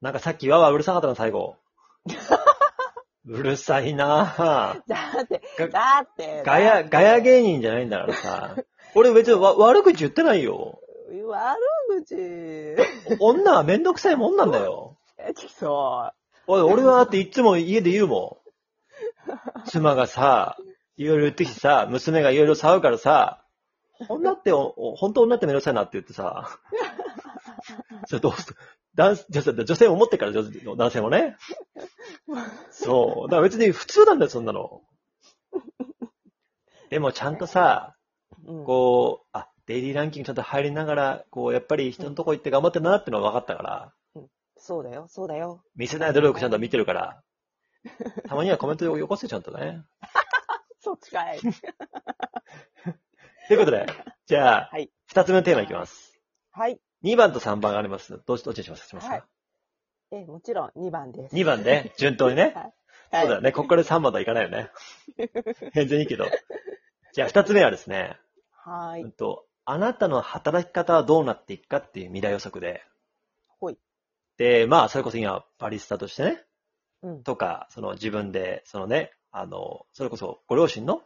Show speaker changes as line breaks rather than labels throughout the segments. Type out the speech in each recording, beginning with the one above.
なんかさっきわわうるさかったの、最後。うるさいなぁ。
だって
が、
だって。
ガヤ、ガヤ芸人じゃないんだからさ。俺別にわ悪口言ってないよ。
悪口。
女はめんどくさいもんなんだよ。
え、そ
おい、俺はだっていつも家で言うもん。妻がさ、いろいろ言ってきてさ、娘がいろいろ騒ぐからさ、女ってお、お本当女ってめんどくさいなって言ってさ。それどうす男女性女性も思ってるから、女男性もね。そう。だから別に普通なんだよ、そんなの。でもちゃんとさ、
う。うん
こう、あ、デイリーランキングちゃんと入りながら、こう、やっぱり人のとこ行って頑張ってるなってのは分かったから、
そうだよ、そうだよ。
見せない努力ちゃんと見てるから、たまにはコメントよこせちゃんとね。
そっち かい。
ということで、じゃあ
はい、
二、つ目のテーマいきます。
はい。
2番と3番があります。どっち、どっちにしますしますか、
はいえ、もちろん2番です。
?2 番ね、順当にね。
は
そうだよね、ここから3番とはいかないよ ね。全然いいけど。じゃあ、2つ目はですね、
は
うん
い。
と、あなたの働き方はどうなっていくかっていう未来予測で。
ほい。
で、まあ、それこそ今、バリスタとしてね、
うん。
とか、その自分で、そのね、あの、それこそご両親の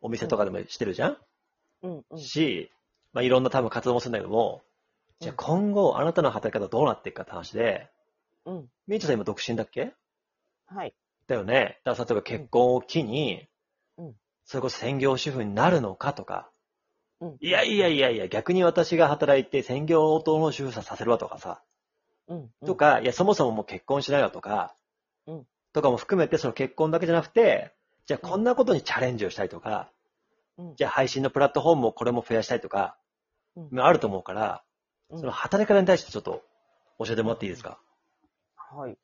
お店とかでもしてるじゃん、
うん。うん。
し、まあいろんな多分活動もするんだけども、じゃあ
うん
今後あなたの働き方どうなっていくかって話で、
うん。
みーちょさん今独身だっけ
はい。
だよね。だから例えば結婚を機に、
うん
それこそ専業主婦になるのかとか、
うん
いやいやいやいや、逆に私が働いて専業応答の主婦さんさせるわとかさ、
うん。
と、か、いや、そもそももう結婚しないわとか、
うん
とかも含めて、その結婚だけじゃなくて、じゃあこんなことにチャレンジをしたいとか、
うん。
じゃあ配信のプラットフォームをこれも増やしたいとか、
うん
あると思うから、
うん
その働き方に対してちょっと教えてもらっていいですか、
はい。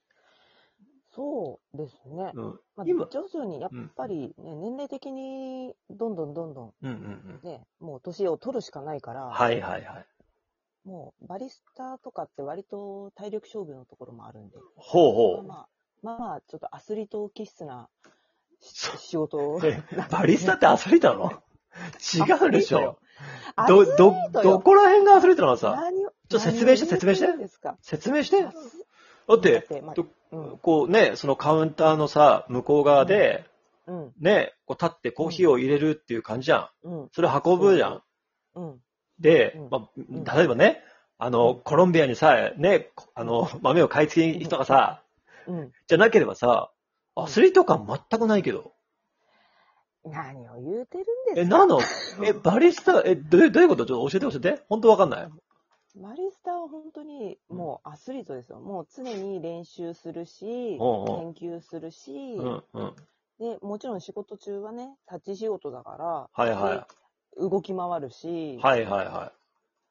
そうですね。
うん、うん
まあ、
今
徐々にやっぱり、ね年齢的にどんどんどんど
うんうん
んね、もう年を取るしかないから、
はいはいはい。
もうバリスタとかって割と体力勝負のところもあるんで、
ほうほ
まあまあ、まあまあ、ちょっとアスリート気質な
そ
仕事を
う。。 えバリスタってアスリートなの違うでしょ
アスリ
ど、
ー
ど、ど
トよ
こら辺がアスリートなのさ
何を
ちょっと説明して
何を
説
言う
明して
るんですか
説明して。だ
アス
っ
だ
て、
て、まあ
ど
うん
こうね、そのカウンターのさ、向こう側で、
うん
ね、こう立ってコーヒーを入れるっていう感じじゃん。
うん
それ運ぶじゃん。
うん
で
うん、
ま
ん
あ、例えばね、あの、
うん
コロンビアにさ、ね、こあの、豆を買い付けに行くとかさ、
うん
じゃなければさ、
うん
アスリート感全くないけど。
何を言うてるん
え、
です か
なのえ、バリスタ、え、どどういうことちょっと教えて教えて。本当わかんない。
バリスタは本当にもうアスリートですよ。もう常に練習するし、
おうお
研究するし、
うん、うん。
で、もちろん仕事中はね、立ち仕事だから、
はいは
で動き回るし
い。、はいはいは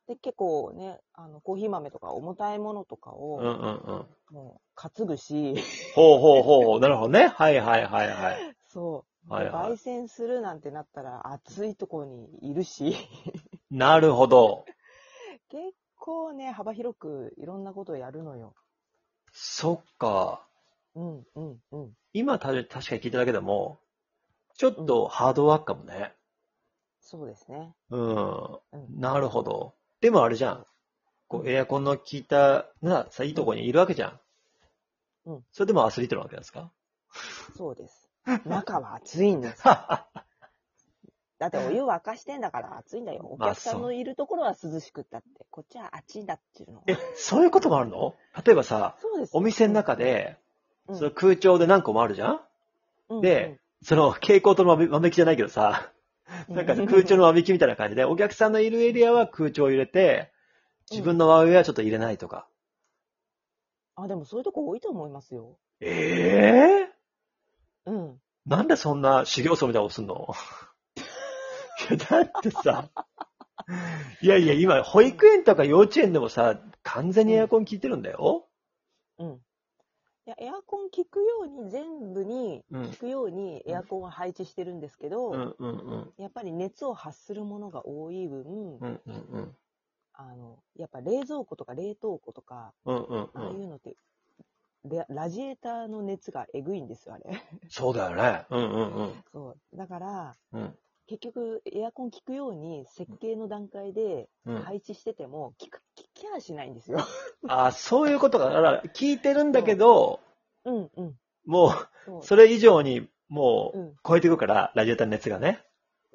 で、結構ね、あの、コーヒー豆とか重たいものとか
い。うんうん
を、
うん。
もう担ぐし、
ほうほうほうほう。なるほどね。はいはいはいはい。
そう、
はいはい
焙煎するなんてなったら暑いところにいるし、
なるほど。
結構ね、幅広くいろんなことをやるのよ。
そっか。
うん、うん、うん。
今た確かに聞いただけでも、ちょっとハードワークかもね。
そうですね。
うん。
うん。
なるほど。でもあれじゃん。こう、エアコンの効いた、な、さ、いいとこにいるわけじゃん。
うん。
それでもアスリートなわけなんですか
そうです。中は暑いんです。
ま
だってお湯沸かしてんだから暑いんだよ。お
まあ
客さんのいるところは涼しくったって。こっちは暑いんだっていうの。
え、そういうこともあるの例えばさ、
そうです。
お店の中で、
うん、
その空調で何個もあるじゃん
うん
で、その蛍光灯のまめきじゃないけどさ、
う
なんか空調
の、
のまめきみたいな感じで、お客さんのいるエリアは空調を入れて、自分の真上はちょっと入れないとか。
あ、でもそういうとこ多いと思いますよ。
ええ
うん。
なんでそんな修行僧みたいなことすんのいや、だってさ、いやいや、今、保育園とか幼稚園でもさ、完全にエアコン効いてるんだよ。
うん。いや、エアコン効くように、全部に
うん
効くようにエアコンは配置してるんですけど、
うんうんうん。
やっぱり熱を発するものが多い分、
うんうんうん。
あの、やっぱ冷蔵庫とか冷凍庫とか、
うんうん
ああいう
うん。
のって、でラジエーターの熱がえぐいんですよ、あれ。
そうだよね。うんうんうん
そう。だから、
うん。
結局、エアコン効くように設計の段階で
うん
配置してても、効、く、効ケアしないんで すよ。
あそういうことか。だから、聞いてるんだけど、
うんうん。
も
そう
う、それ以上に、も
う
う、
ん、
超えていくから、ラジオタの熱がね。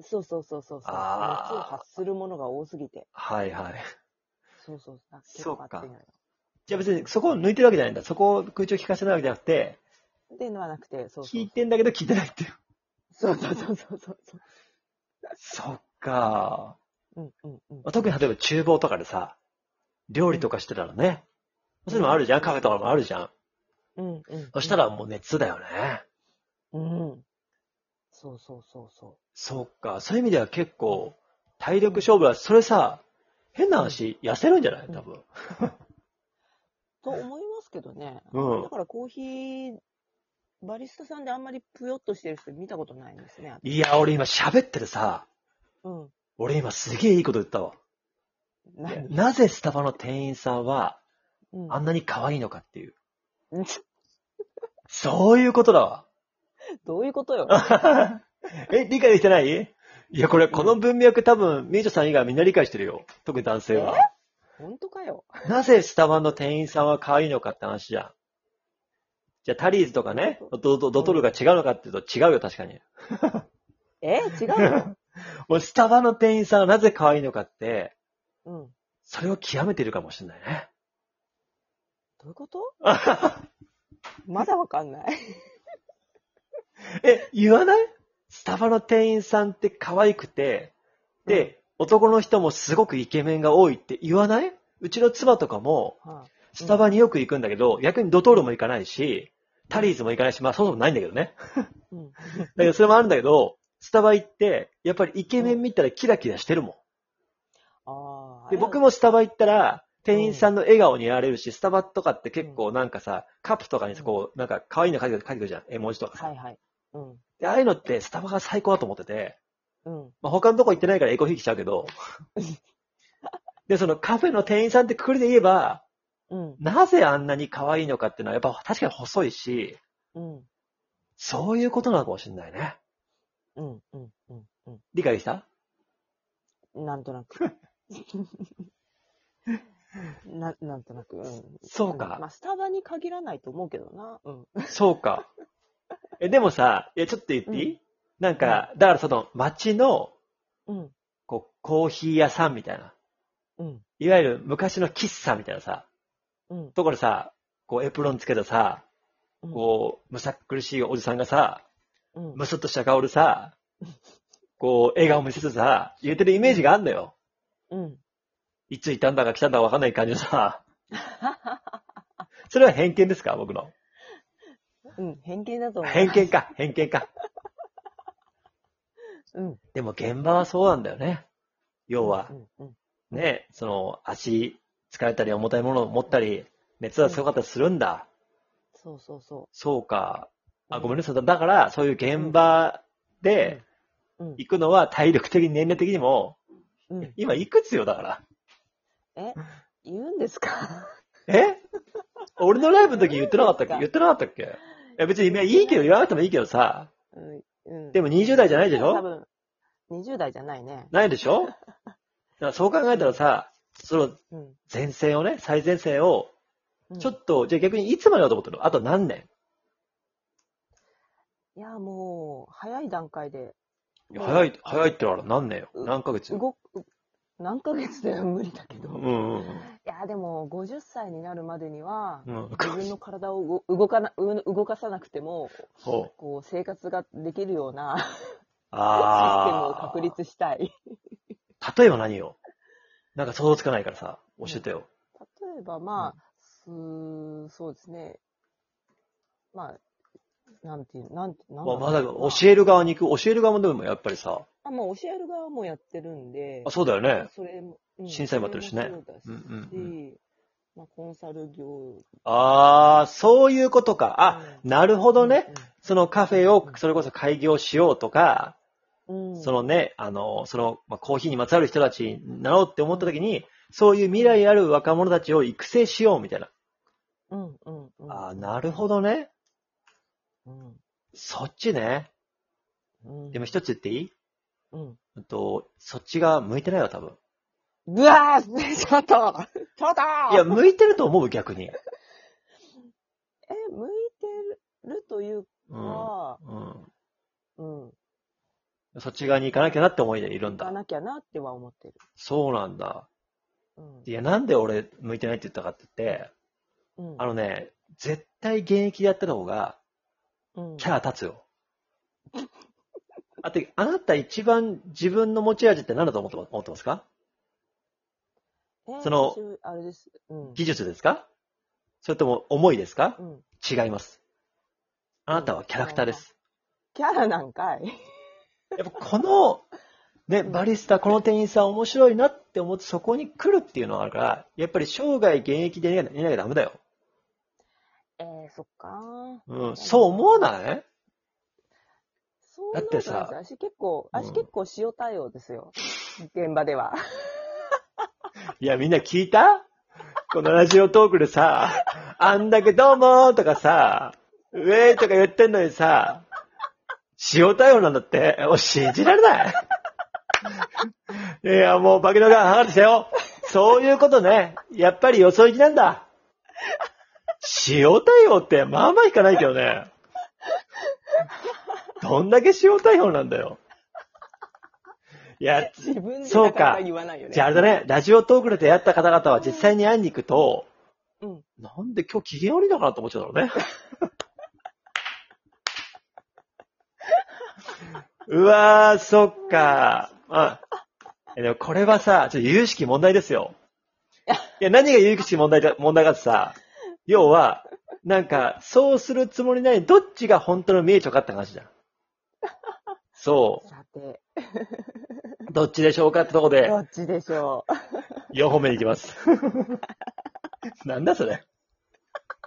そうそうそうそうそう。熱を
あー
発するものが多すぎて。
はいはい。
そうそう。あ結
そう
構
か
熱いのよ。
じゃあ別に、そこを抜いてるわけじゃないんだ。そこを空調聞かせてるわけじゃなくて、
でのはなくて、そうそ
聞
う
い。てんだけど聞いてないっていう。
そうそうそうそうそうそう。
そっか。
うんうんうん。
まあ特に例えば厨房とかでさ、料理とかしてたらね、
うん
そういうのもあるじゃん、カフェとかもあるじゃん。
うんうん。
そしたらもう熱だよね。
うん。そうそうそうそ
そっか、そういう意味では結構、体力勝負は、それさ、変な話、痩せるんじゃない多分。
う。と思いますけどね。
うん
だからコーヒー、バリスタさんであんまりぷよっとしてる人見たことないんですね。
いや、俺今喋ってるさ、
うん。
俺今すげえいいこと言ったわ。
何
なぜスタバの店員さんは、
うん
あんなに可愛いのかっていう。
うん
そういうことだわ。
どういうことよ。
え、理解できてないいや、これ、この文脈多分、ミートさん以外みんな理解してるよ。特に男性は。
本当かよ。
なぜスタバの店員さんは可愛いのかって話じゃん。じゃあ、タリーズとかね、ドドドトルが違うのかっていうと違うよ、確かに。
え違うの
もうスタバの店員さんはなぜ可愛いのかって、
うん。ど
それを極めてるかもしれないね。
ういう ことまだわかんない。
え、言わないスタバの店員さんって可愛くて、で、男の人もすごくイケメンが多いって言わないうちの妻とかも、
はあ
スタバによく行くんだけど、逆にドトールも行かないし、タリーズも行かないし、まあそもそもないんだけど ね。
うん。
だけどそれもあるんだけど、スタバ行って、やっぱりイケメン見たらキラキラしてるも
あ
ん。
あ。
で、僕
も。
もスタバ行ったら、店員さんの笑顔にやられるし、スタバとかって結構なんかさ、カップとかにこう、なんか可愛いの書いて書いてくるじゃん。絵文字とか
は
さ
い。はい。うん。
で、ああいうのってスタバが最高だと思ってて、
うん。
まあ他のとこ行ってないからエコひいきしちゃうけど、で、そのカフェの店員さんってくくりで言えば、
うん。
なぜあんなに可愛いのかっていうのはやっぱ確かに細いし、
うん。
そういうことなのかもしれないね。
うん。うん。うん。うん。
理解できた
なんとな く。な、なんとなく。うん。
そうん
ま
か。
あ、スタバに限らないと思うけどな。うん。
そうか。え、でもさ、いや、ちょっと言っていい、
う
なんか、だからその、街の、
うん。
こう、コーヒー屋さんみたいな。
うん。
いわゆる昔の喫茶みたいなさ、
うん。
ところさ、こう、エプロンつけたさ、
うん
こう、むさっ苦しいおじさんがさ、
うん。
むすっとした顔でさ、こう、笑顔見せてさ、言えてるイメージがあんのよ。
うん。
いついたんだか来たんだかわかんない感じのさ。それは偏見ですか僕の。
うん。偏見だと思う。
偏見か、偏見か。
うん。
でも現場はそうなんだよね。要は
う、ん。うん。
ね、その足疲れたり重たいものを持ったり、熱が強かったりするんだ。
そうそうそ
そうか。
う。
あ、ごめん
ね。
なさい。だだから、そういう現場で
うん。
行くのは体力的に年齢的にも、
うん。
今いくつよだから。
え、言うんですか
え俺のライブの時言ってなかったっけ
そうですか
言ってなかったっけいや別に、いやいいけど、言わなくてもいいけどさ。
うん。うん。
でも20代じゃないでし
多
ょ
分、20代じゃないね。
ないでし ょだからそう考えたらさ、その
うん。
前線をね、最前線を
うん
ちょっと、じゃあ逆にいつまでだと思ってるのあと何年
いや、もう、早い段階で。
いや
もう
早い、早いって言われたら何年よ。
う
何ヶ月よ。
動く、何ヶ月では無理だけど。
う
い
んうん
や、でも、50歳になるまでには、
うん。う ん。
自分の体を動動かな、う動かさなくても、
ほう。
こう、生活ができるようなシステムを
あ
確立したい。
あ。例えば何よなんか想像つかないからさ、教えてよ。
例えば、まあ、すそうですね。まあ、なんていう、なんて、なん
まあ、
ろう
まだ
まあ
教える側に行く、教える側もでもやっぱりさ、
あ、まあ、教える側もやってるんで
あ、、そうだよね。
それも、うん
審査員もやってるしね
それもそうだし
うんうん
まあ、コンサル業。
ああ、そういうことか。あ、
うん
なるほどね。。そのカフェを
う、ん
それこそ開業しようとか、
うんうん
そのね、あの、その、まあ、コーヒーにまつわる人たちになろうって思った時に、そういう未来ある若者たちを育成しようみたいな。
うんうんうん。
ああ、なるほどね。
うん。
そっちね。
うん。
でも一つ言っていい
うん。
うんと、そっちが向いてないわ、多分。
うわーちょっとちょっと
いや、向いてると思う、逆に。
え、向いてるという
うん。
か、
うん。
うん、
そっち側に行かなきゃなって思いでいるん
行か
だ。
なきゃなっては思ってる。
そうなんだ。
うん
い。や、なんで俺、向いてないって言ったかって言って、
うん
あのね、絶対現役でやってた方が、
うん
キャラ立つよ。あて、あなた一番自分の持ち味って何だと思ってま思ってますか
え
その
私あれです。うん。
技術ですかそれとも思いですか
うん
違います。あなたはキャラクターです。
キャラなんかい。
やっぱこの、ね、
うん
バリスタ、この店員さん面白いなって思ってそこに来るっていうのがあるから、やっぱり生涯現役でいなきゃいなきゃダメだよ。
えー、そっか
うん、そう思わない
そう
だってさ
なんです私結構、
う
私
ん
結構塩対応ですよ。現場では。
いや、みんな聞いたこのラジオトークでさ、あんだけどうもーとかさ、ウェーイとか言ってんのにさ、塩対応なんだって。お、信じられない。いや、もう化けの皮剥がれてたよ。そういうことね。やっぱりよそ行きなんだ。塩対応って、まあまあ引かないけどね。どんだけ塩対応なんだよ。いや、
自分で
そう
なか
か
なか言わないよね。
じゃああれだね、ラジオトークで出会った方々は実際に会いに行くと、
うん。
なんで今日機嫌悪いのかなと思っちゃう だろうね。うわー、そっか。あ、えでもこれはさ、ちょっと有識問題ですよ。いや、何が有識問題だ、問題かってさ、要は、なんか、そうするつもりない、どっちが本当の名著かって 話じゃん。そ
さて、
う。どっちでしょうかってとこで
ど、っちでしょう。
4本目に行きます。なんだそれ。